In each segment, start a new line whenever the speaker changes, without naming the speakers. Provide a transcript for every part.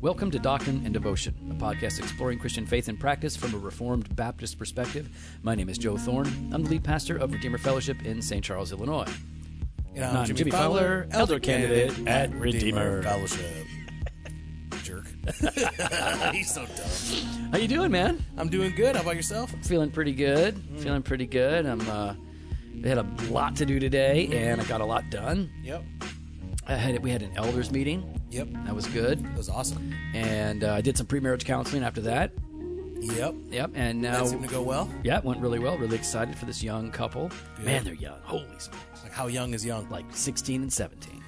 Welcome to Doctrine and Devotion, a podcast exploring Christian faith and practice from a Reformed Baptist perspective. My name is Joe Thorne. I'm the lead pastor of Redeemer Fellowship in St. Charles, Illinois.
And
I'm Jimmy Fowler, elder candidate at Redeemer.
Fellowship. Jerk. He's so dumb.
How you doing, man?
I'm doing good. How about yourself?
Feeling pretty good. Feeling pretty good. I'm uh I had a lot to do today and I got a lot done.
Yep.
I had we had an elders meeting.
Yep. That
That was good.
was awesome.
And uh, I did some pre-marriage counseling after that.
Yep.
Yep. And now
That seemed to go well.
Yeah, it went really well. Really excited for this young couple. Man, they're young. Holy smokes.
Like how young is young?
Like 16 and 17.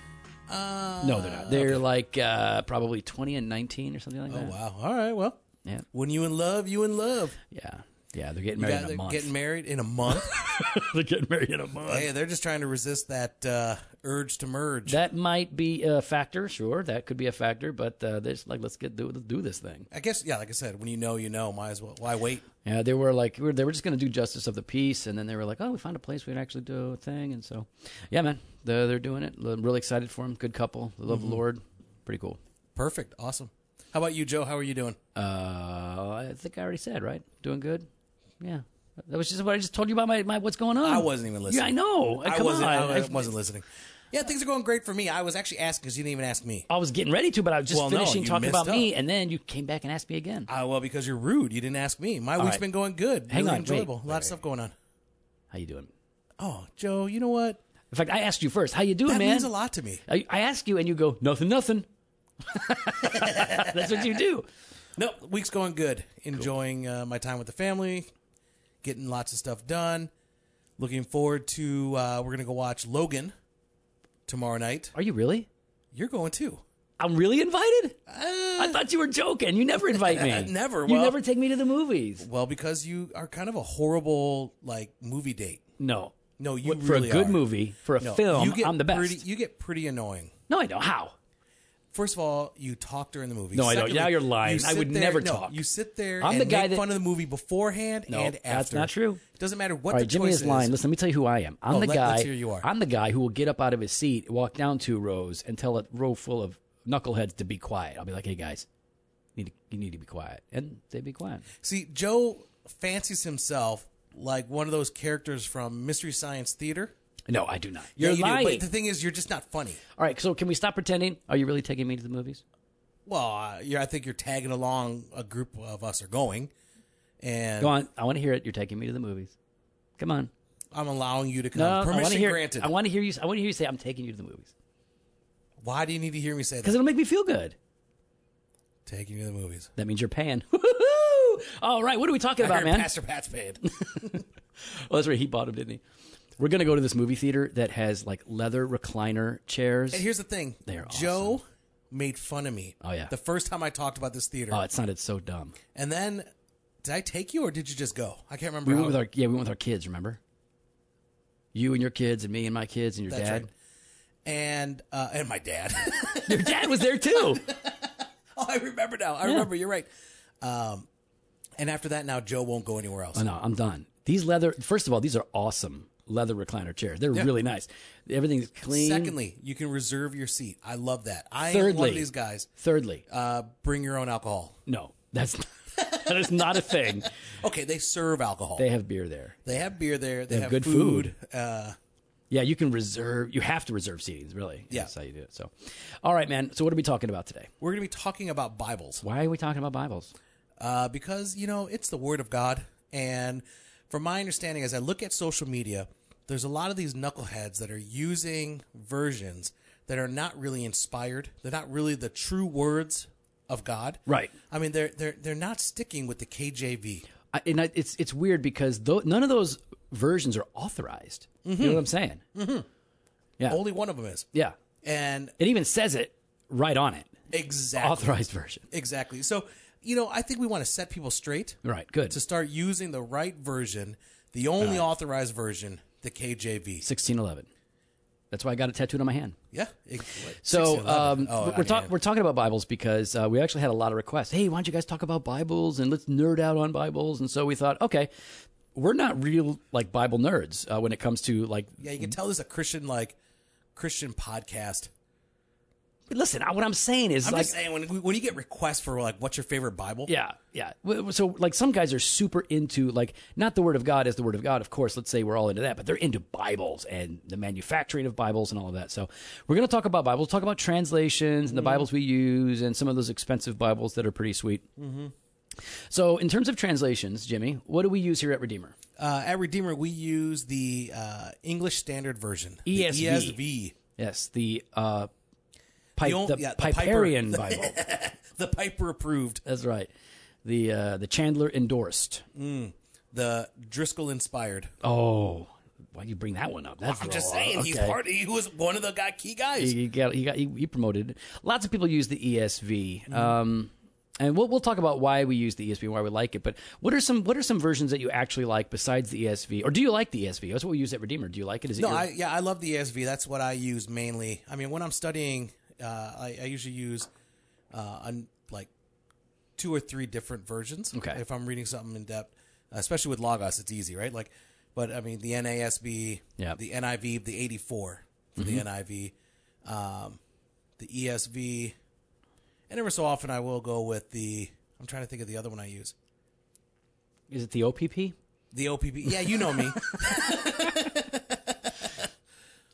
uh,
No, they're not. They're like uh, probably 20 and 19 or something like
oh
that.
wow. All right. Well,
Yeah.
when you in love, you in love.
Yeah. Yeah, they're getting
You
married
got-
in a
they're
month.
Getting married in a month.
they're getting married in a month.
hey, they're just trying to resist that uh, urge to merge.
That might be a factor, sure. That could be a factor, but uh, they're just like, let's get do, do this thing.
I guess. Yeah. Like I said, when you know, you know. Might as well. Why wait?
Yeah, they were like, we were- they were just going to do justice of the peace, and then they were like, oh, we found a place we can actually do a thing, and so, yeah, man, they're, they're doing it. I'm really excited for them. Good couple. They love
Mm-hmm.
the Lord. Pretty cool.
Perfect. Awesome. How about you, Joe? How are you doing?
Uh, I think I already said right. Doing good. Yeah, that was just what I just told you about my, my what's going on.
I wasn't even listening.
Yeah, I know.
I
Come
wasn't.
on.
I wasn't listening. Yeah, things are going great for me. I was actually asking because you didn't even ask me.
I was getting ready to, but I was just
Well, no,
finishing
you
talking
messed
about me,
up.
and then you came back and asked me again.
Uh, well, because you're rude. You didn't ask me. My week's
right.
been going good.
Hang
really
on, wait,
enjoyable. a lot
wait.
of stuff going on.
How you doing?
Oh, Joe, you know what?
In fact, I asked you first. How you doing,
That
man?
means a lot to me.
I, I ask you, and you go nothing, nothing. That's what you do.
No, week's going good. Enjoying uh, my time with the family, getting lots of stuff done. Looking forward to uh, we're gonna go watch Logan tomorrow night.
Are you really?
You're going too.
I'm really invited.
Uh,
I thought you were joking. You never invite me.
Never,
You
well-
never take me to the movies.
well, because you are kind of a horrible like movie date.
No.
No, you
What- for
really
a good
are.
movie, for a
No,
film,
you get
I'm the best.
Pretty, you get pretty annoying.
no, I know how.
First of all, you talk during the movie.
No, I don't.
Secondly,
Now you're lying.
you
I
sit
would
there-
never
no,
talk.
You sit there.
I'm
and
the guy
make
that-
fun of the movie beforehand
No,
and after.
that's not true.
Doesn't matter what
All
the
right, Jimmy
choice
is lying.
is.
Listen, let me tell you who I am. I'm
Oh,
the
let-
guy.
let's hear you are.
I'm the guy who will get up out of his seat, walk down two rows, and tell a row full of knuckleheads to be quiet. I'll be like, "Hey guys, you need to, you need to be quiet," and they be quiet.
See, Joe fancies himself like one of those characters from Mystery Science Theater.
No, I do not.
Yeah,
You're
you do,
lying.
but the thing is, you're just not funny.
All right, so can we stop pretending? Are you really taking me to the movies?
Well, uh, you're, I think you're tagging along. A group of us are going, and
Go on. I want to hear it. You're taking me to the movies. Come on.
I'm allowing you to come.
No, I want
Permission
to hear.
granted.
I want to hear you. I want to hear you say, "I'm taking you to the movies,"
Why do you need to hear me say
because
that?
it'll make me feel good.
Taking you to the movies.
That means you're paying. Woo-hoo! All right, what are we talking
I
about,
heard
man?
Pastor Pat's paid.
Oh, that's right. He bought him, didn't he? We're gonna go to this movie theater that has like leather recliner chairs.
And here's the thing.
They're
Joe made fun of me.
Oh, yeah.
The first time I talked about this theater.
Oh, it sounded so dumb.
and then did I take you or did you just go? I can't remember.
We
how-
went with our yeah, we went with our kids. Remember? You and your kids, and me and my kids, and your
That's
dad.
right. And uh, and my dad.
Your dad was there too.
oh, I remember now. I remember. You're right. Um, and after that, now Joe won't go anywhere else.
oh, no, I'm done. These leather. First of all, these are awesome leather recliner chairs. They're really nice. Everything's clean.
Secondly, you can reserve your seat. I love that. I am one
Thirdly-
of these guys.
Thirdly,
Uh, bring your own alcohol.
no, that's that is not a thing.
Okay, they serve alcohol. They,
They have beer there.
have beer there. They,
have good
food. Uh,
Yeah, you can reserve. You have to reserve seatings, really.
Yeah.
That's how you do it. So, all right, man. So, what are we talking about today?
we're going to be talking about Bibles.
Why are we talking about Bibles?
uh, because you know it's the word of God. And from my understanding, as I look at social media, there's a lot of these knuckleheads that are using versions that are not really inspired. They're not really the true words of God.
Right.
I mean, they're they're they're not sticking with the KJV.
I, and I, it's it's weird because tho- none of those versions are authorized. You know what I'm saying? Yeah.
Only one of them is,
Yeah.
and
It even says it right on it.
exactly,
Authorized version.
exactly. So you know, I think we want to set people straight
Right. Good.
to start using the right version, the only authorized version, the KJV.
1611. That's why I got it tattooed on my hand.
Yeah. It- what, six
So
to
um,
11? Oh,
we're-
I
we're,
mean,
talk, we're talking about Bibles because uh, we actually had a lot of requests. Hey, why don't you guys talk about Bibles and let's nerd out on Bibles? And so we thought, okay, we're not real like Bible nerds uh, when it comes to like.
Yeah, you can tell this is a Christian like Christian podcast.
Listen, I, what I'm saying is
I'm
like,
just saying when when you get requests for like what's your favorite Bible?
yeah, yeah. W- So like some guys are super into like not the Word of God is the Word of God, of course. Let's say we're all into that, but they're into Bibles and the manufacturing of Bibles and all of that. So we're going to talk about Bibles, talk about translations and
Mm-hmm.
the Bibles we use, and some of those expensive Bibles that are pretty sweet.
Mm-hmm.
So, in terms of translations, Jimmy, what do we use here at Redeemer?
Uh, at Redeemer we use the uh, English Standard Version. the E
ESV.
ESV.
Yes, the uh, Pi-
The ol-
the,
yeah, the
Piperian Bible.
The Piper approved.
That's right. The uh, the Chandler endorsed.
The Driscoll inspired.
Oh, why you bring that one up? That's
I'm just
raw.
saying he's
Okay.
part. He was one of the guy, key guys.
You got, you got, you, you promoted. it. Lots of people use the ESV,
Mm-hmm.
um, and we'll we'll talk about why we use the ESV, and why we like it. But what are some what are some versions that you actually like besides the ESV, or do you like the ESV? That's what we use at Redeemer. Do you like it? Is it
No,
your-
I, yeah, I love the ESV. That's what I use mainly. I mean, when I'm studying, uh, I, I usually use uh, un, like two or three different versions.
Okay.
If I'm reading something in depth, especially with Logos, it's easy, right? Like, but I mean, the NASB,
Yeah. Mm-hmm.
the NIV, the 84 for the NIV, um, the ESV, and every so often I will go with the. I'm trying to think of the other one I use.
is it the OPP?
The OPP. Yeah, you know me.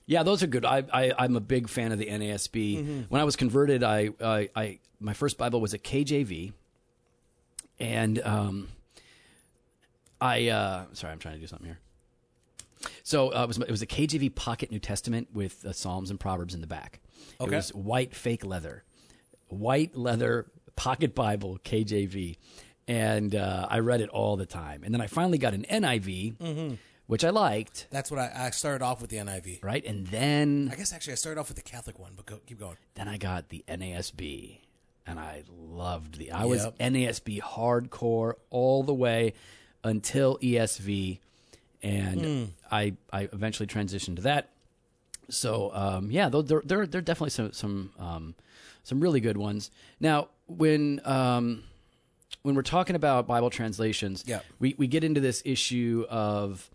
Yeah, those are good. I, I I'm a big fan of the NASB. When I was converted, I, I I my first Bible was a KJV, and um, I uh, sorry, I'm trying to do something here. So uh, it was it was a KJV Pocket New Testament with uh, Psalms and Proverbs in the back.
Okay.
It was white fake leather, white leather pocket Bible KJV, and uh, I read it all the time. And then I finally got an NIV, which I liked,
That's what I, I started off with the NIV.
right? And then
I guess actually I started off with the Catholic one, but go, keep going.
Then I got the NASB, and I loved the. I was
Yep.
NASB hardcore all the way until ESV, and
Hmm.
I I eventually transitioned to that. So um, yeah, though there there there are definitely some some um, some really good ones. Now when um, when we're talking about Bible translations,
Yeah.
we we get into this issue of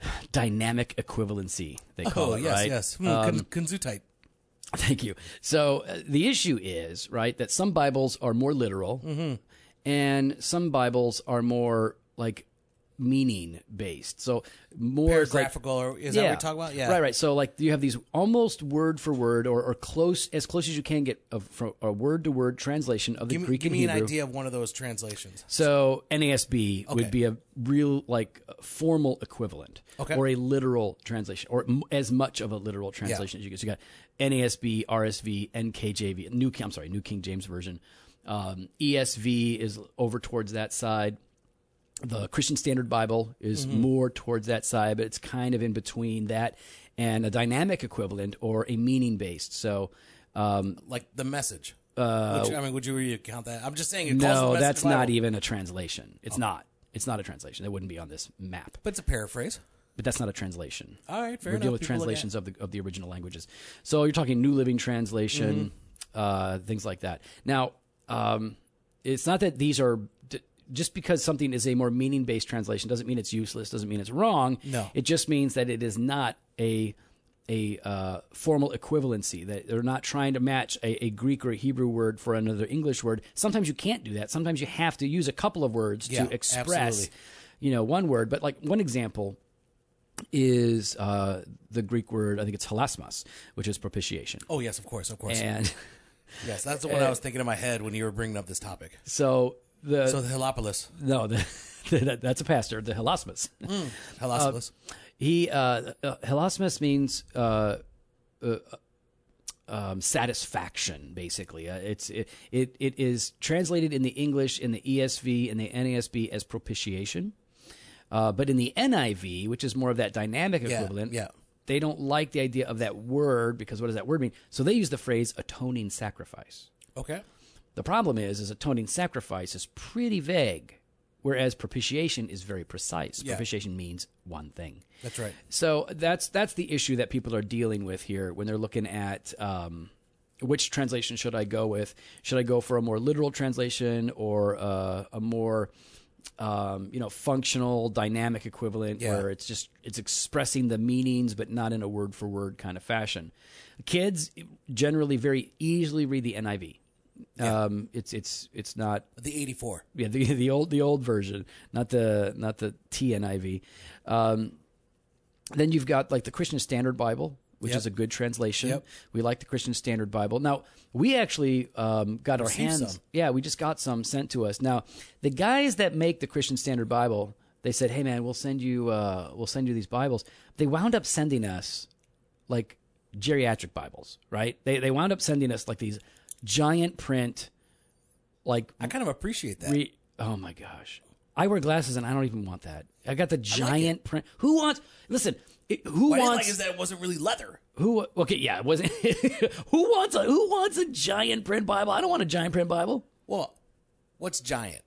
dynamic equivalency. They call
Oh,
it
yes,
right. Um,
yes. Hmm, Kun- Kunzutite.
Thank you. So uh, the issue is right that some Bibles are more literal,
Mm-hmm.
and some Bibles are more like meaning based. So more it's like
Graphical, or is that what we talk about? Yeah.
Right, right. So like you have these almost word for word or, or close as close as you can get of from a word to word translation of the
Give me,
Greek
give me
and
an
Hebrew.
idea of one of those translations.
So NASB
Okay.
would be a real like formal equivalent
Okay.
or a literal translation or m- as much of a literal translation as you get. So you got NASB, RSV, NKJV, New Ki- I'm sorry, New King James Version. Um, ESV is over towards that side. The Christian Standard Bible is
Mm-hmm.
more towards that side, but it's kind of in between that and a dynamic equivalent or a meaning based. So um,
Like the message. Uh, I mean, would you, would you count that? I'm just saying it calls the
no,
message
that's
Bible,
not e- even a translation. It's not. It's not a translation. That wouldn't be on this map.
But it's a paraphrase.
But that's not a translation.
All right, fair
We're dealing with
enough. People look at-
translations of the of the original languages. So you're talking New Living
Mm-hmm.
Translation, uh, things like that. Now, um, it's not that these are. d- Just because something is a more meaning based translation doesn't mean it's useless. Doesn't mean it's wrong.
No.
It just means that it is not a a uh, formal equivalency that they're not trying to match a, a Greek or a Hebrew word for another English word. Sometimes you can't do that. Sometimes you have to use a couple of words
Yeah,
to express,
absolutely.
you know, one word. But like one example is uh, the Greek word. I think it's halasmas, which is propitiation.
Oh, yes, of course, of course.
And
yes, that's the one
Eh.
I was thinking in my head when you were bringing up this topic.
so the
So the Helopolis.
no, the, that that's a pastor, the halasmas.
Helopolis.
He uh, uh, helasmus means uh, uh, um, satisfaction. Basically, uh, it's it, it it is translated in the English in the ESV and the NASB as propitiation, uh, but in the NIV, which is more of that dynamic equivalent,
yeah.
they don't like the idea of that word because what does that word mean? So they use the phrase atoning sacrifice.
okay.
The problem is, is atoning sacrifice is pretty vague. Whereas propitiation is very precise.
Yeah.
Propitiation means one thing.
That's right.
So that's that's the issue that people are dealing with here when they're looking at um, which translation should I go with? Should I go for a more literal translation or uh, a more um, you know functional dynamic equivalent
Yeah.
where it's just it's expressing the meanings but not in a word for word kind of fashion. Kids generally very easily read the NIV. Um, it's it's it's not
The 84.
yeah, the the old the old version, not the not the TNIV. Um, then you've got like the Christian Standard Bible, which
Yep.
is a good translation.
Yep.
We like the Christian Standard Bible. Now we actually um, got our
Received
hands.
some.
Yeah, we just got some sent to us. Now the guys that make the Christian Standard Bible, they said, "Hey man, we'll send you uh, we'll send you these Bibles." They wound up sending us like geriatric Bibles, right? They they wound up sending us like these giant print. Like
I kind of appreciate that.
Re- oh my gosh. I wear glasses and I don't even want that. I got the giant print. Who wants? Listen, it, who
what I didn't like
wants?
is that it wasn't really leather.
who? Okay, yeah, it wasn't. who wants a Who wants a giant print Bible? I don't want a giant print Bible.
Well, what's giant?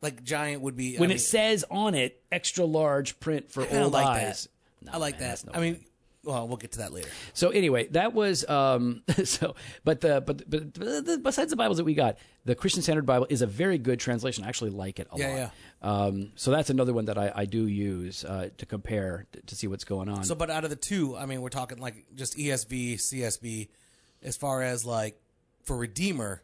Like giant would be I
When
mean,
it says on it, extra large print for
kinda
old
like that.
eyes. No,
I like
man, that's
that.
no
I mean, well, we'll get to that later.
So anyway, that was um so but the but but, but besides the Bibles that we got, the Christian Standard Bible is a very good translation. I actually like it a
Yeah,
lot.
yeah.
Um so that's another one that I, I do use uh, to compare t- to see what's going on.
So, but out of the two, I mean, we're talking like just E ESV, CSB, as far as like for Redeemer.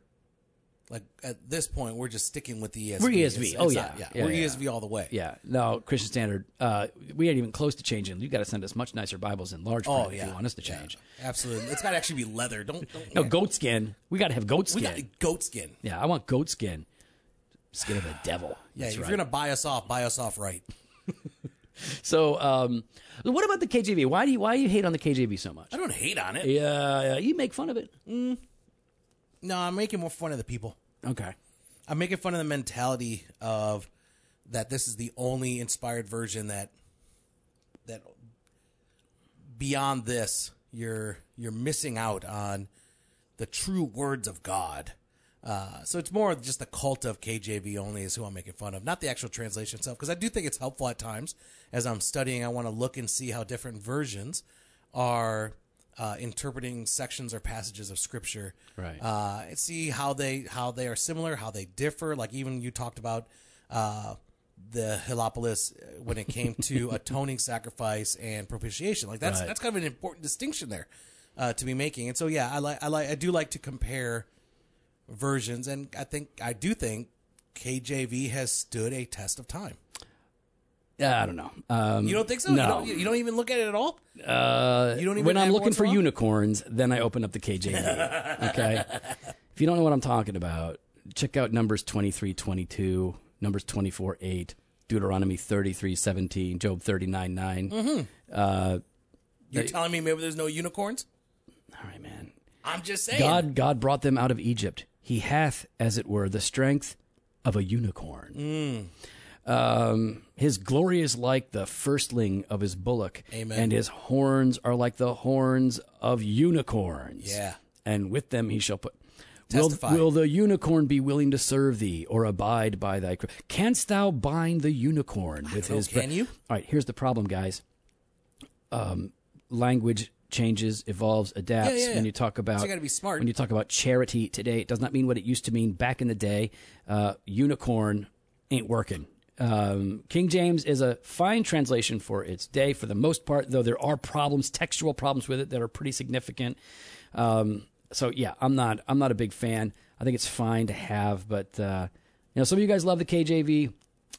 Like at this point, we're just sticking with the E ESV.
We're ESV. Oh,
not-
yeah. Yeah,
we're
yeah,
ESV all the way.
yeah. No, Christian Standard, uh we ain't even close to changing. You gotta send us much nicer Bibles in large print
Oh yeah.
if you want us to
Yeah.
change.
absolutely. It's got to actually be leather. Don't, don't
No, goat skin. We gotta have goat
we
skin.
got goat skin.
yeah, I want goat skin. Skin of the devil.
Yeah,
That's
if
right.
you're gonna buy us off, buy us off right.
So um what about the KJV? Why do you why do you hate on the KJV so much?
I don't hate on it.
Yeah, yeah, you make fun of it.
No, I'm making more fun of the people.
Okay.
I'm making fun of the mentality of that this is the only inspired version that that beyond this you're you're missing out on the true words of God. Uh, so it's more of just the cult of KJV only is who I'm making fun of, not the actual translation itself, because I do think it's helpful at times. As I'm studying, I want to look and see how different versions are uh, interpreting sections or passages of Scripture,
Right.
Uh, and see how they how they are similar, how they differ. Like even you talked about uh, the Helopolis uh, when it came to atoning sacrifice and propitiation. Like that's
Right.
that's kind of an important distinction there uh, to be making. And so yeah, I like I like I do like to compare versions, and I think I do think KJV has stood a test of time.
Yeah, I don't know. Um,
You don't think so? You,
No.
don't, you don't even look at it at all. Uh, you don't even
when I'm
every
looking
once in
for
a while?
unicorns, then I open up the KJV. E, okay. If you don't know what I'm talking about, check out Numbers 23, 22, Numbers 24, 8, Deuteronomy 33, 17, Job 39, 9.
You're telling me maybe there's no unicorns?
All right, man.
I'm just saying.
God, God brought them out of Egypt. He hath, as it were, the strength of a unicorn.
Hmm.
Um, his glory is like the firstling of his bullock,
Amen.
and his horns are like the horns of unicorns.
Yeah.
and with them he shall put. Will,
Testify.
will the unicorn be willing to serve thee, or abide by thy? cr- Canst thou bind the unicorn with
know,
his? bre-
can you?
All right. Here's the problem, guys. Um, language changes, evolves, adapts.
yeah,
When
yeah.
you talk about
So you gotta be smart.
when you talk about charity today, it does not mean what it used to mean back in the day. Uh, unicorn ain't working. Um, King James is a fine translation for its day for the most part, though there are problems, textual problems with it that are pretty significant. Um, so yeah, I'm not I'm not a big fan. I think it's fine to have, but uh, you know, some of you guys love the KJV.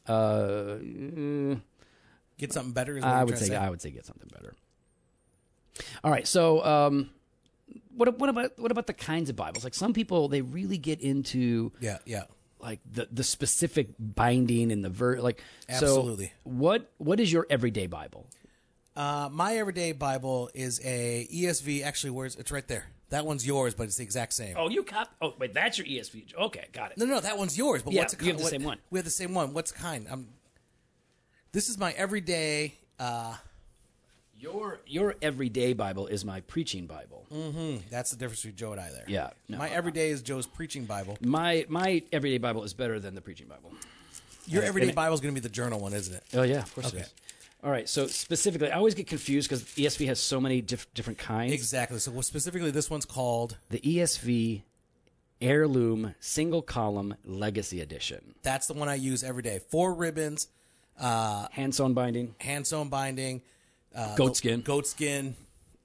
Uh,
Get something better. Is what
I
I'm
would
trying to
say
say.
I would say get something better. All right, so um, what what about what about the kinds of Bibles? Like some people, they really get into
Yeah, yeah.
like the the specific binding and the ver like so
Absolutely.
what what is your everyday Bible?
Uh, my everyday Bible is a ESV. Actually, where's it's right there. That one's yours, but it's the exact same.
Oh, you cop. Oh, wait, that's your ESV. Okay, got it.
No, no, that one's yours. But
Yeah,
what's a
you have the
what-
same one.
We have the same one. What's kind? I'm. This is my everyday. Uh,
Your your everyday Bible is my preaching Bible.
Mm. that's the difference between Joe and I there.
Yeah, no,
my everyday is Joe's preaching Bible.
My my everyday Bible is better than the preaching Bible.
Your
And-
everyday
and-
Bible is going to be the journal one, isn't it?
Oh yeah, of course
Okay.
it is. All right, so specifically, I always get confused because ESV has so many diff- different kinds.
Exactly. So well, specifically, this one's called.
the ESV heirloom single column legacy edition,
That's the one I use every day. Four ribbons,
hand sewn binding,
hand sewn binding, uh,
goatskin. goat skin.
goat skin.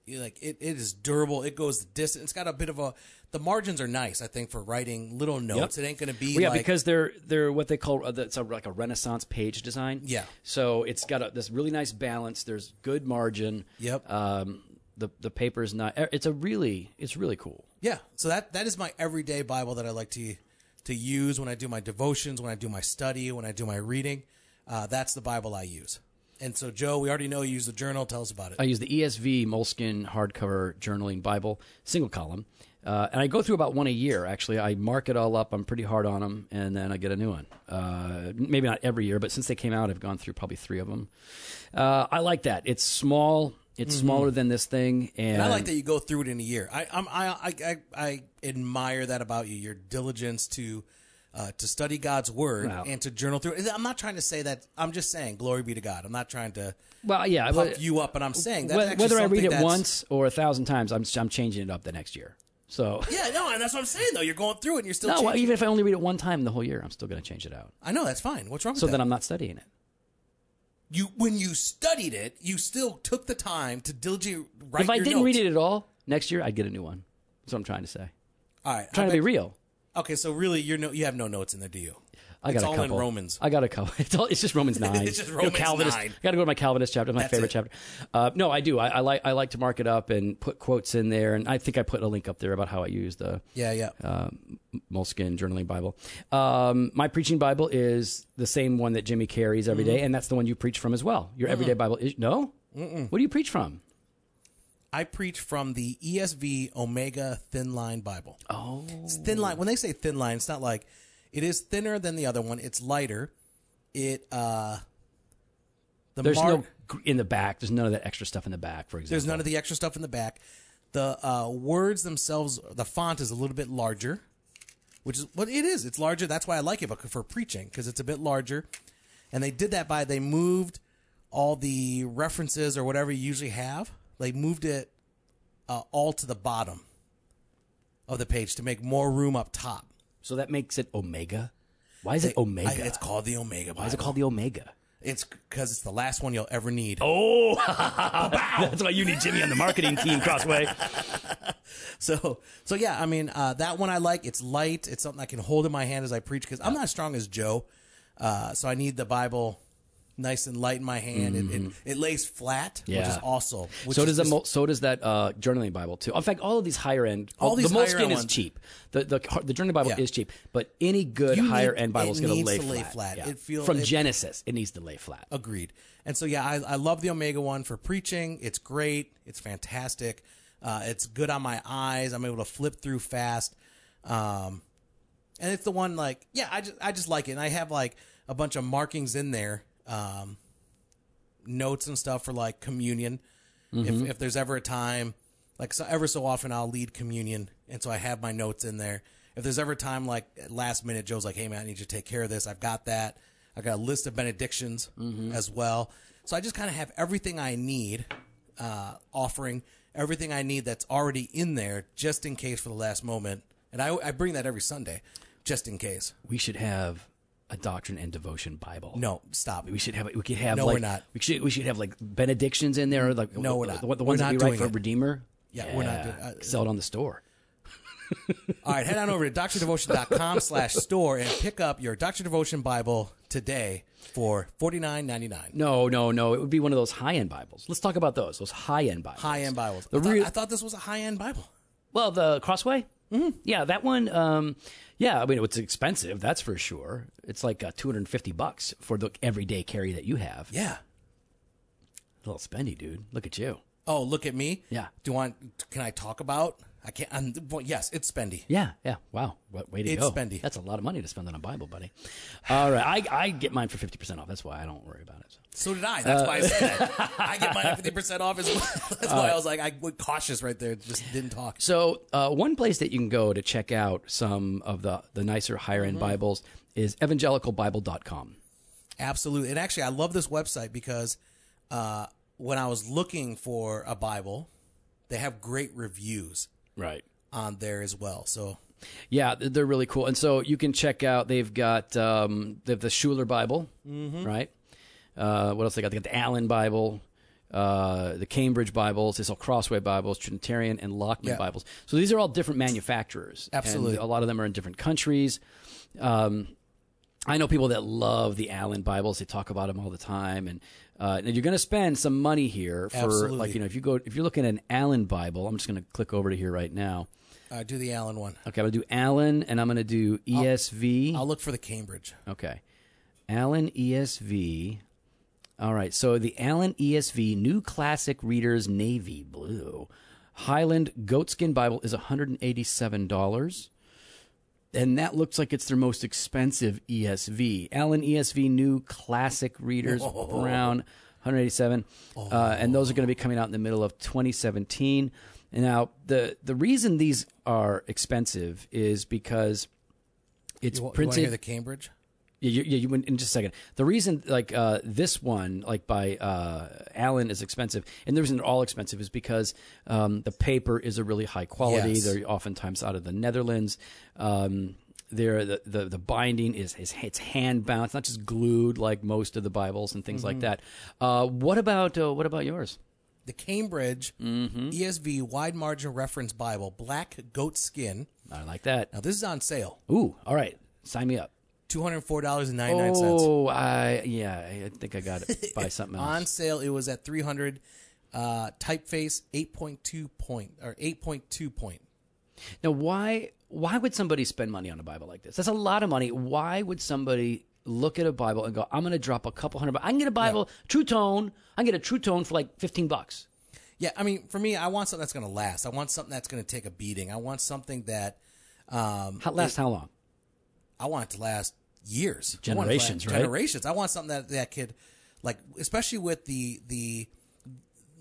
You like it, it is durable. It goes the distance. It's got a bit of a. The margins are nice, I think, for writing little notes. It ain't going to be
Well, yeah,
like
because they're they're what they call uh, it's a, like a Renaissance page design.
Yeah.
So it's got a, this really nice balance. There's good margin.
Yep.
Um, the the paper is not. e, It's a really it's really cool.
yeah. So that that is my everyday Bible that I like to to use when I do my devotions, when I do my study, when I do my reading. Uh, that's the Bible I use. And so, Joe, we already know you use the journal. Tell us about it.
I use the ESV Moleskin hardcover journaling Bible, single column. Uh, and I go through about one a year, actually. I mark it all up. I'm pretty hard on them, and then I get a new one. Uh, maybe not every year, but since they came out, I've gone through probably three of them. Uh, I like that. It's small. It's smaller than this thing, and,
Mm-hmm. And I like that you go through it in a year. I I'm, I, I I I admire that about you. Your diligence to uh, to study God's word
Wow.
and to journal through it. I'm not trying to say that. I'm just saying glory be to God. I'm not trying to
Well, yeah.
puff
but-
you up, but I'm saying that's
whether,
actually
whether I
something
read it
that's-
once or a thousand times, I'm I'm changing it up the next year. So
Yeah, no, and that's what I'm saying though. You're going through it. and You're still.
no,
changing-
even if I only read it one time the whole year, I'm still going to change it out.
I know that's fine. What's wrong
So
with
then
that?
I'm not studying it.
You when you studied it, you still took the time to diligently write.
if I didn't read it at all, next year I'd get a new one. That's what I'm trying to say.
all right. I
trying to be
bet-
real.
okay, so really, you're no, you have no notes in there, do you?
I got
it's
a
all
couple.
in Romans.
I got a couple. It's, all, it's just Romans nine.
It's just Romans
Calvinist.
9.
I got to go to my Calvinist chapter. My favorite
it.
chapter. Uh, no, I do. I, I like I like to mark it up and put quotes in there. And I think I put a link up there about how I use the
Yeah, yeah.
Moleskin Journaling Bible. Um, my preaching Bible is the same one that Jimmy carries every day,
Mm-hmm.
and that's the one you preach from as well. Your everyday Bible is no. What do you preach from?
I preach from the ESV Omega Thin Line Bible.
Oh,
It's thin line. When they say thin line, it's not like it is thinner than the other one. It's lighter. It uh the
there's
mar-
no gr- in the back. There's none of that extra stuff in the back. For example,
there's none of the extra stuff in the back. The uh, words themselves, the font is a little bit larger, which is what it is. It's larger. That's why I like it but for preaching because it's a bit larger. And they did that by they moved all the references or whatever you usually have. They moved it uh, all to the bottom of the page to make more room up top.
so that makes it Omega. Why is it Omega?
I- it's called the Omega Bible.
Why is it called the Omega?
It's because it's the last one you'll ever need.
Oh, that's why you need Jimmy on the marketing team, Crossway.
So, so yeah, I mean, uh, that one I like. It's light. It's something I can hold in my hand as I preach because I'm not as strong as Joe. Uh, so I need the Bible nice and light in my hand. It, it, it lays flat, which is
Mm-hmm. Yeah.
also. Which
so
is
does the
just-
mol- so does that uh, journaling Bible too. In fact, all of these higher end,
All these
the
higher
Moleskin
end
is
ones.
cheap. The the the journaling Bible
Yeah.
is cheap, but any good
You need-
higher end Bible is
it
going
needs
lay
to
flat.
lay flat.
Yeah.
It feel-
from
it-
Genesis, it needs to lay flat.
Agreed. And so yeah, I, I love the Omega one for preaching. It's great. It's fantastic. Uh, it's good on my eyes. I'm able to flip through fast. Um, and it's the one like yeah, I just I just like it. And I have like a bunch of markings in there, um, notes and stuff for like communion. If if there's ever a time, like so ever so often, I'll lead communion, and so I have my notes in there. If there's ever a time like at last minute, Joe's like, "Hey man, I need you to take care of this. I've got that. I got a list of benedictions as well." So I just kind of have everything I need, uh, offering everything I need that's already in there, just in case for the last moment. And I, I bring that every Sunday, just in case.
We should have a doctrine and devotion Bible.
No, stop.
We should have. We could have.
No,
like,
we're not.
We should. We should have like benedictions in there. Or like
No, we're
the-
not.
The, the
We're
ones
not
that we write
doing
for
it.
Redeemer.
Yeah, we're not doing- uh, I-
Sell it on the store.
All right, head on over to drdevotion.com slash store and pick up your Dr. Devotion Bible today for forty nine ninety nine.
No, no, no. It would be one of those high end Bibles. Let's talk about those. Those high end Bibles.
High end Bibles.
The
I, thought,
real-
I thought this was a high end Bible.
Well, the Crossway. Mm-hmm. Yeah, that one. Um, yeah, I mean it's expensive. That's for sure. It's like uh, two hundred and fifty bucks for the everyday carry that you have.
Yeah.
little spendy, dude. Look at you.
Oh, look at me.
Yeah.
Do you want? Can I talk about? I can't. I'm, well, yes, it's spendy.
Yeah, yeah. Wow, what way to
It's
go.
spendy.
That's a lot of money to spend on a Bible, buddy. All right, I, I get mine for fifty percent off. That's why I don't worry about it.
So did I.
Uh,
That's why I said that. I get mine fifty percent off as well. That's why I was like, I was cautious right there. Just didn't talk.
So uh, one place that you can go to check out some of the the nicer higher end Bibles is evangelicalbible.com.
Absolutely. And actually, I love this website because uh, when I was looking for a Bible, they have great reviews
Right.
on there as well. So
Yeah, th- they're really cool. And so you can check out. They've got um, they have the Schuler Bible,
Mm-hmm.
right? Uh, what else they got? They got the Allen Bible, uh, the Cambridge Bibles. They all Crossway Bibles, Trinitarian and Lockman
Yeah.
Bibles. So these are all different manufacturers. and
Absolutely.
a lot of them are in different countries. Um, I know people that love the Allen Bibles. They talk about them all the time, and uh, and you're going to spend some money here for
Absolutely.
like you know if you go if you're looking at an Allen Bible. I'm just going to click over to here right now.
uh, do the Allen one.
Okay, I'm gonna do Allen, and I'm gonna do E ESV.
I'll look for the Cambridge.
okay, Allen ESV. All right, so the Allen ESV New Classic Readers Navy Blue Highland Goatskin Bible is 187 dollars, and that looks like it's their most expensive ESV. Allen ESV New Classic Readers Brown 187, uh, and those are going to be coming out in the middle of 2017. And Now, the the reason these are expensive is because it's
You, wa- you want to
printed.
hear the Cambridge?
Yeah, you, yeah, you win in just a second. The reason, like uh, this one, like by uh, Allen, is expensive, and the reason they're all expensive is because um, the paper is a really high quality.
Yes.
They're oftentimes out of the Netherlands. Um, they're, the, the the binding is, is it's hand bound. It's not just glued like most of the Bibles and things like that. Uh, what about uh, what about yours?
The Cambridge ESV Wide Margin Reference Bible, Black Goat Skin.
I like that.
Now, this is on sale
Ooh, all right, sign me up.
$204.99.
Oh, I yeah, I I think I got it. Buy something else.
On sale, it was at 300 uh, typeface, 8.2 point, or 8.2 point.
Now, why why would somebody spend money on a Bible like this? That's a lot of money. Why would somebody look at a Bible and go, "I'm going to drop a couple hundred bucks. I can get a Bible, True Tone. I can get a True Tone for like fifteen bucks."
Yeah, I mean, for me, I want something that's going to last. I want something that's going to take a beating. I want something that um,
How, last how long?
I want it to last years, I want it to
Generations,
last
right?
Generations. I want something that that could, like, especially with the the,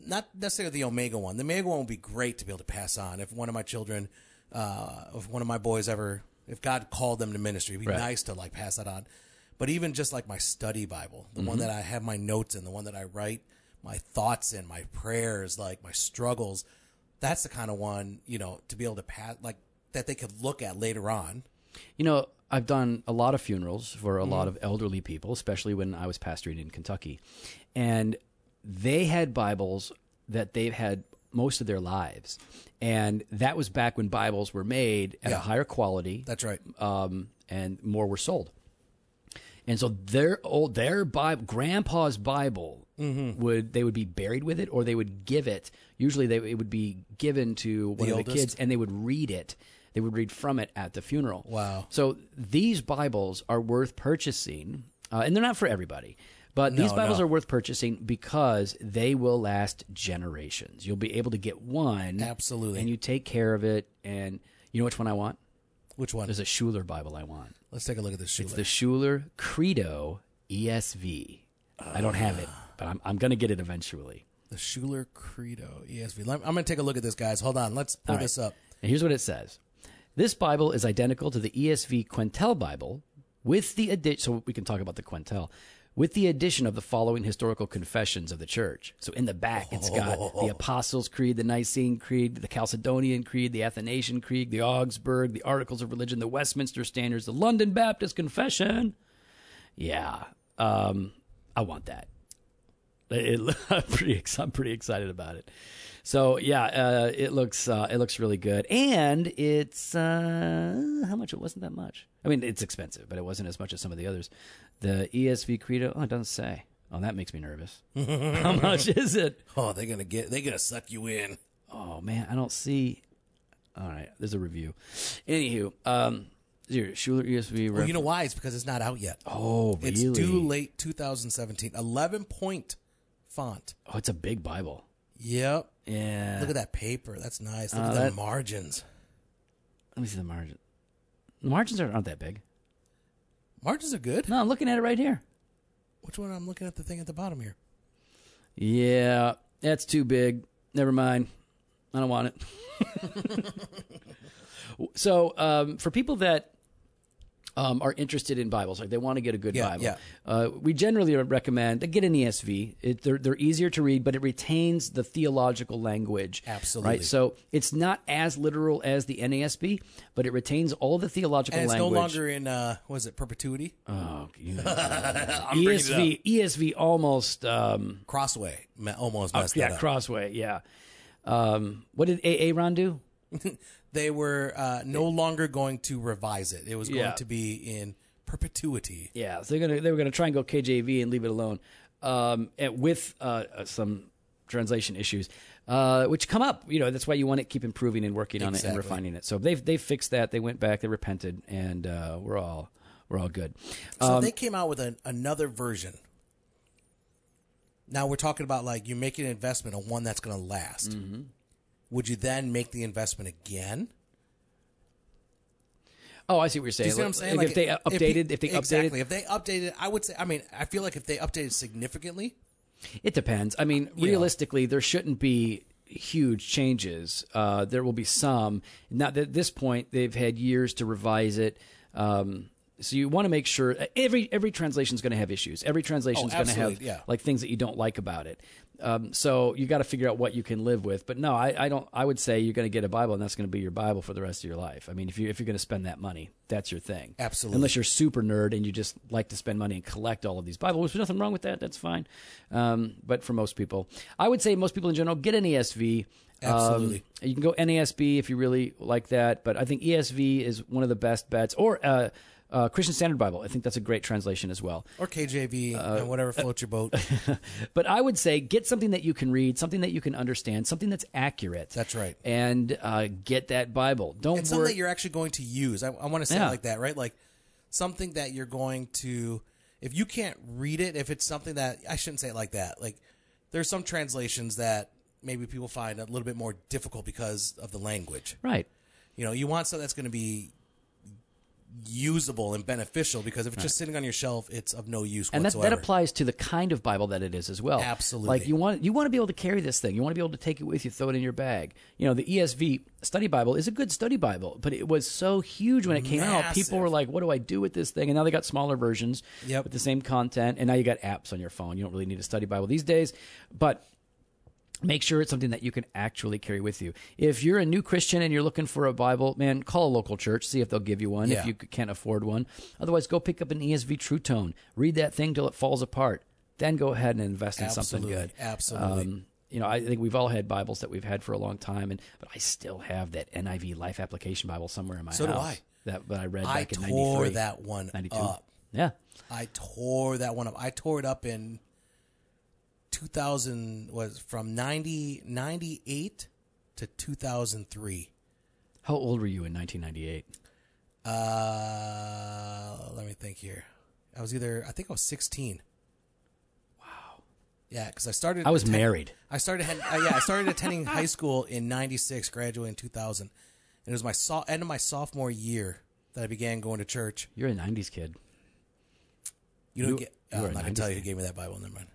not necessarily the Omega one. The Omega one would be great to be able to pass on if one of my children, uh, if one of my boys ever, if God called them to ministry, it'd be nice to like pass that on. But even just like my study Bible, the
Mm-hmm.
one that I have my notes in, the one that I write my thoughts in, my prayers, like my struggles, that's the kind of one you know to be able to pass like that they could look at later on.
You know, I've done a lot of funerals for a lot
Mm-hmm.
of elderly people, especially when I was pastoring in Kentucky, and they had Bibles that they've had most of their lives, and that was back when Bibles were made at a
Yeah.
higher quality.
That's right.
um, and more were sold. And so their old their Bible, grandpa's Bible
Mm-hmm.
would they would be buried with it, or they would give it. Usually, they it would be given to one of the
oldest?
kids, and they would read it. They would read from it at the funeral.
Wow.
So these Bibles are worth purchasing, uh, and they're not for everybody. But these
No,
Bibles
no.
are worth purchasing because they will last generations. You'll be able to get one,
Absolutely.
and you take care of it. And you know which one I want?
Which one?
There's a Schuler Bible I want.
Let's take a look at this shoe.
The Schuler Credo ESV. I don't have it, but I'm, I'm going to get it eventually.
The Schuler Credo E ESV. Let- I'm going to take a look at this, guys. Hold on. Let's pull this up.
And here's what it says This Bible is identical to the E ESV Quintel Bible with the addition, so we can talk about the Quintel, with the addition of the following historical confessions of the church. So in the back, it's got the Apostles' Creed, the Nicene Creed, the Chalcedonian Creed, the Athanasian Creed, the Augsburg, the Articles of Religion, the Westminster Standards, the London Baptist Confession. Yeah. Um, I want that. It, it- I'm pretty, ex- I'm pretty excited about it. So yeah, uh, it looks uh, it looks really good, and it's uh, how much? It wasn't that much. I mean, it's expensive, but it wasn't as much as some of the others. The ESV Credo. Oh, it doesn't say. Oh, that makes me nervous. how much is it?
Oh, they're going to get, they're going to suck you in.
Oh man, I don't see. All right, there's a review. Anywho, um, here, Schuler E ESV.
Well,
Ref-
Oh, you know why? It's because it's not out yet.
oh, really?
It's due late 2017. 11 point font.
oh, it's a big Bible.
Yep.
Yeah.
Look at that paper. That's nice.
Uh,
Look at the margins.
Let me see the margin. The margins aren't, aren't that big.
Margins are good.
No, I'm looking at it right here.
Which one? I'm looking at the thing at the bottom here.
Yeah, that's too big. Never mind. I don't want it. so, um, for people that um, are interested in Bibles, like they want to get a good
Yeah,
Bible.
yeah.
Uh, we generally recommend they get an ESV. It, they're, they're easier to read, but it retains the theological language.
Absolutely.
Right. So it's not as literal as the NASB, but it retains all the theological
And it's
language.
no longer in uh, was it perpetuity?
Oh, you know. E
bringing
ESV
it
ESV almost um,
Crossway me- almost messed that
uh, yeah
up.
crossway yeah. Um, what did AA Ron do?
they were uh, no longer going to revise it. It was going
Yeah.
to be in perpetuity.
Yeah, so they're gonna they were gonna try and go KJV and leave it alone, um, and with uh, uh, some translation issues, uh, which come up. You know that's why you want to keep improving and working on it and
Exactly.
refining it. So they've they fixed that. They went back. They repented, and uh, we're all we're all good.
So they came out with an, another version. Now we're talking about like you're making an investment on one that's going to last. Would you then make the investment again?
Oh, I see what you're saying.
You see what I'm saying?
Like,
Like
if they uh,
you-
updated, if they updated,
exactly. If they updated, I would say. I mean, I feel like if they updated significantly,
It depends. I mean, realistically, there shouldn't be huge changes. Uh, there will be some. Now, at this point, they've had years to revise it. Um, so you want to make sure every every translation's going to have issues. Every translation's going to have
absolutely, yeah.
like things that you don't like about it. Um, so you got to figure out what you can live with. But no, I, I don't. I would say you're going to get a Bible, and that's going to be your Bible for the rest of your life. I mean, if you if you're going to spend that money, that's your thing.
Absolutely.
Unless you're super nerd and you just like to spend money and collect all of these Bibles, there's nothing wrong with that. That's fine. Um, but for most people, I would say most people in general get an ESV. Um,
Absolutely.
you can go NASB if you really like that, but I think ESV is one of the best bets. Or uh, uh, Christian Standard Bible. I think that's a great translation as well
or KJV and whatever floats your boat.
but I would say get something that you can read, something that you can understand, something that's accurate.
That's right.
And uh, get that Bible. Don't
It's something
worry.
that you're actually going to use. I, I want to say
Yeah.
it like that, right? Like something that you're going to. If you can't read it, if it's something that I shouldn't say it like that. Like there's some translations that maybe people find a little bit more difficult because of the language.
right.
You know, you want something that's going to be usable and beneficial because if it's just sitting on your shelf, it's of no use
And that,
whatsoever.
that applies to the kind of Bible that it is as well.
Absolutely.
Like you want you want to be able to carry this thing. You want to be able to take it with you, throw it in your bag. You know, the ESV study Bible is a good study Bible, but it was so huge when it came out. People
Massive.
were like, "What do I do with this thing?" And now they got smaller versions
Yep.
with the same content, and now you got apps on your phone. You don't really need a study Bible these days, but make sure it's something that you can actually carry with you. If you're a new Christian and you're looking for a Bible, man, call a local church, see if they'll give you one if
Yeah.
you c- can't afford one. Otherwise, go pick up an E ESV True Tone, read that thing till it falls apart, then go ahead and invest in
absolutely,
something good.
absolutely.
Um, you know, I think we've all had Bibles that we've had for a long time, and but I still have that NIV Life Application Bible somewhere in my
So do
house.
I.
That that I read
I
back in
tore
'93,
that one
'92.
up.
Yeah,
I tore that one up. I tore it up in 2000 was from 90 98 to 2003.
how old were you in 1998?
Uh let me think here. I was either I think I was 16. Wow. Yeah, cuz I started
I was
atten-
married.
I started had- uh, yeah, I started attending high school in 96, graduating in 2000. And it was my so- end of my sophomore year that I began going to church.
You're a '90s kid.
You don't
You-
get
you
oh,
are
I'm not going
90s
to tell you who gave me that Bible, never mind.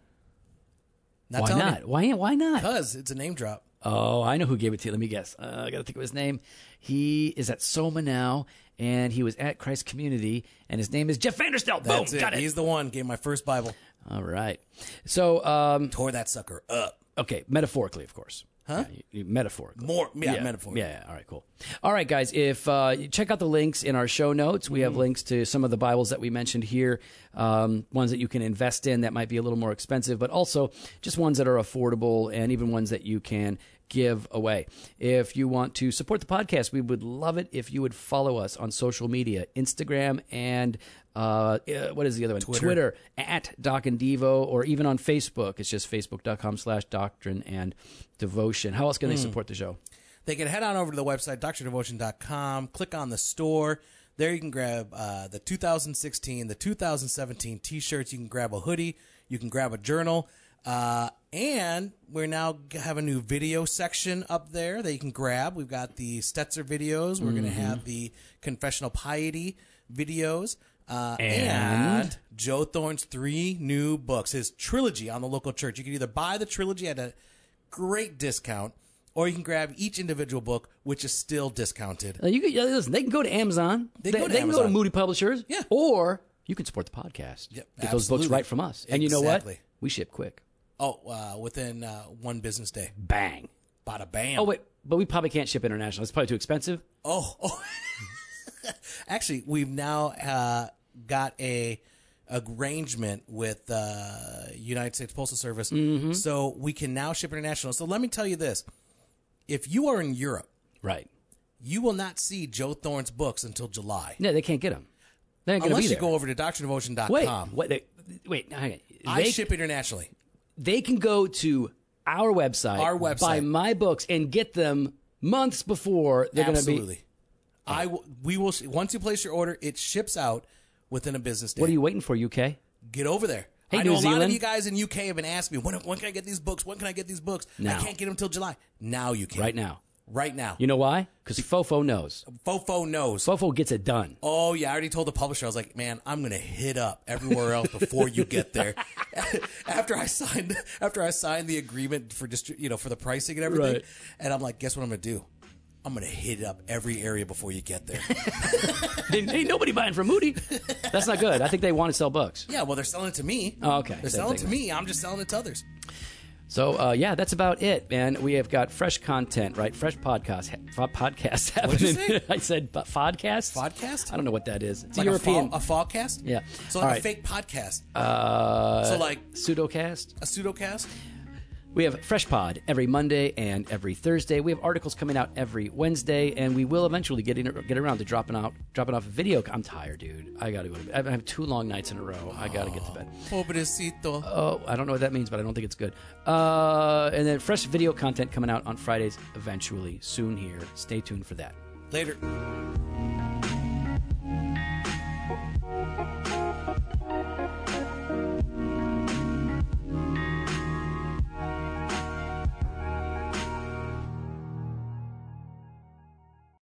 Why
telling you.
not? Why? Why not?
Because it's a name drop.
Oh, I know who gave it to you. Let me guess. Uh, I got to think of his name. He is at Soma now, and he was at Christ Community, and his name is Jeff Vanderstel. Boom,
That's it.
got it.
He's the one. Gave my first Bible.
All right. So, um,
Tore that sucker up.
okay, metaphorically, of course. Huh? metaphorically.
More. Yeah, metaphor.
Yeah, yeah. All right. Cool. All right, guys. If uh, you check out the links in our show notes, we have links to some of the Bibles that we mentioned here, um, ones that you can invest in that might be a little more expensive, but also just ones that are affordable and even ones that you can give away. If you want to support the podcast, we would love it if you would follow us on social media, Instagram and uh, uh, what is the other one? Twitter. at Doc and Devo, or even on Facebook. It's just facebook.com slash doctrine and devotion. How else can they support the show?
They can head on over to the website, drdevotion.com, click on the store. There you can grab uh, the 2016, the 2017 t shirts. You can grab a hoodie. You can grab a journal. Uh, and we are now g- have a new video section up there that you can grab. We've got the Stetzer videos. We're going to
Mm-hmm.
have the Confessional Piety videos. Uh,
And-
and Joe Thorne's three new books, his trilogy on the local church. You can either buy the trilogy at a great discount or you can grab each individual book, which is still discounted.
Uh, You can, yeah, listen, they can go to Amazon. They,
can go to
they can go to
Amazon.
Moody Publishers.
Yeah.
Or you can support the podcast.
Yep,
Get those books
absolutely.
right from us. And you know what?
Exactly.
We ship quick.
Oh, uh, within uh, one business day.
Bang.
Bada bam.
Oh, wait. But we probably can't ship international. It's probably too expensive.
Oh, oh. actually, we've now uh, got a arrangement with uh, United States Postal Service,
Mm-hmm.
so we can now ship international. So let me tell you this: if you are in Europe,
Right.
you will not see Joe Thorne's books until July,
No, they can't get them. They're not going to be
unless you
there.
go over to DoctrineOfOcean.com.
wait, wait, they, wait. Hang on.
I
They,
ship internationally.
they can go to our website,
Our website.
buy my books, and get them months before they're going to be. Oh.
Absolutely. I will, we will once you place your order, it ships out within a business day.
What are you waiting for, UK?
get over there.
Hey,
I
New
know a lot of
Zealand.
you guys in UK have been asking me when, when can I get these books? When can I get these books?
Now.
I can't get them till July. Now you can.
Right now.
Right now.
You know why? Because Fofo knows.
Fofo knows.
Fofo gets it done.
Oh yeah, I already told the publisher. I was like, man, I'm gonna hit up everywhere else before you get there. after I signed, after I signed the agreement for distri- you know, for the pricing and everything,
Right.
and I'm like, guess what I'm gonna do? I'm gonna hit up every area before you get there.
Then ain't nobody buying from Moody. That's not good. I think they want to sell books.
yeah, well, they're selling it to me.
Oh, okay.
they're
They-
selling it
they-
to me. I'm just selling it to others.
So uh, yeah, that's about it, man. We have got fresh content, right? Fresh podcast, ha- podcasts happening.
What'd you say?
I said po- podcasts.
Podcast?
I don't know what that is. It's
Like
a European
a, fall, a fallcast.
Yeah.
So
All
like a
right. Uh,
fake podcast. so like
pseudocast.
a pseudocast.
We have Fresh Pod every Monday and every Thursday. We have articles coming out every Wednesday, and we will eventually get in, get around to dropping out dropping off a video. I'm tired, dude. I gotta go to bed. I have two long nights in a row. I gotta get to bed.
Pobrecito.
Oh, I don't know what that means, but I don't think it's good. Uh, and then fresh video content coming out on Fridays eventually soon here. Stay tuned for that.
Later.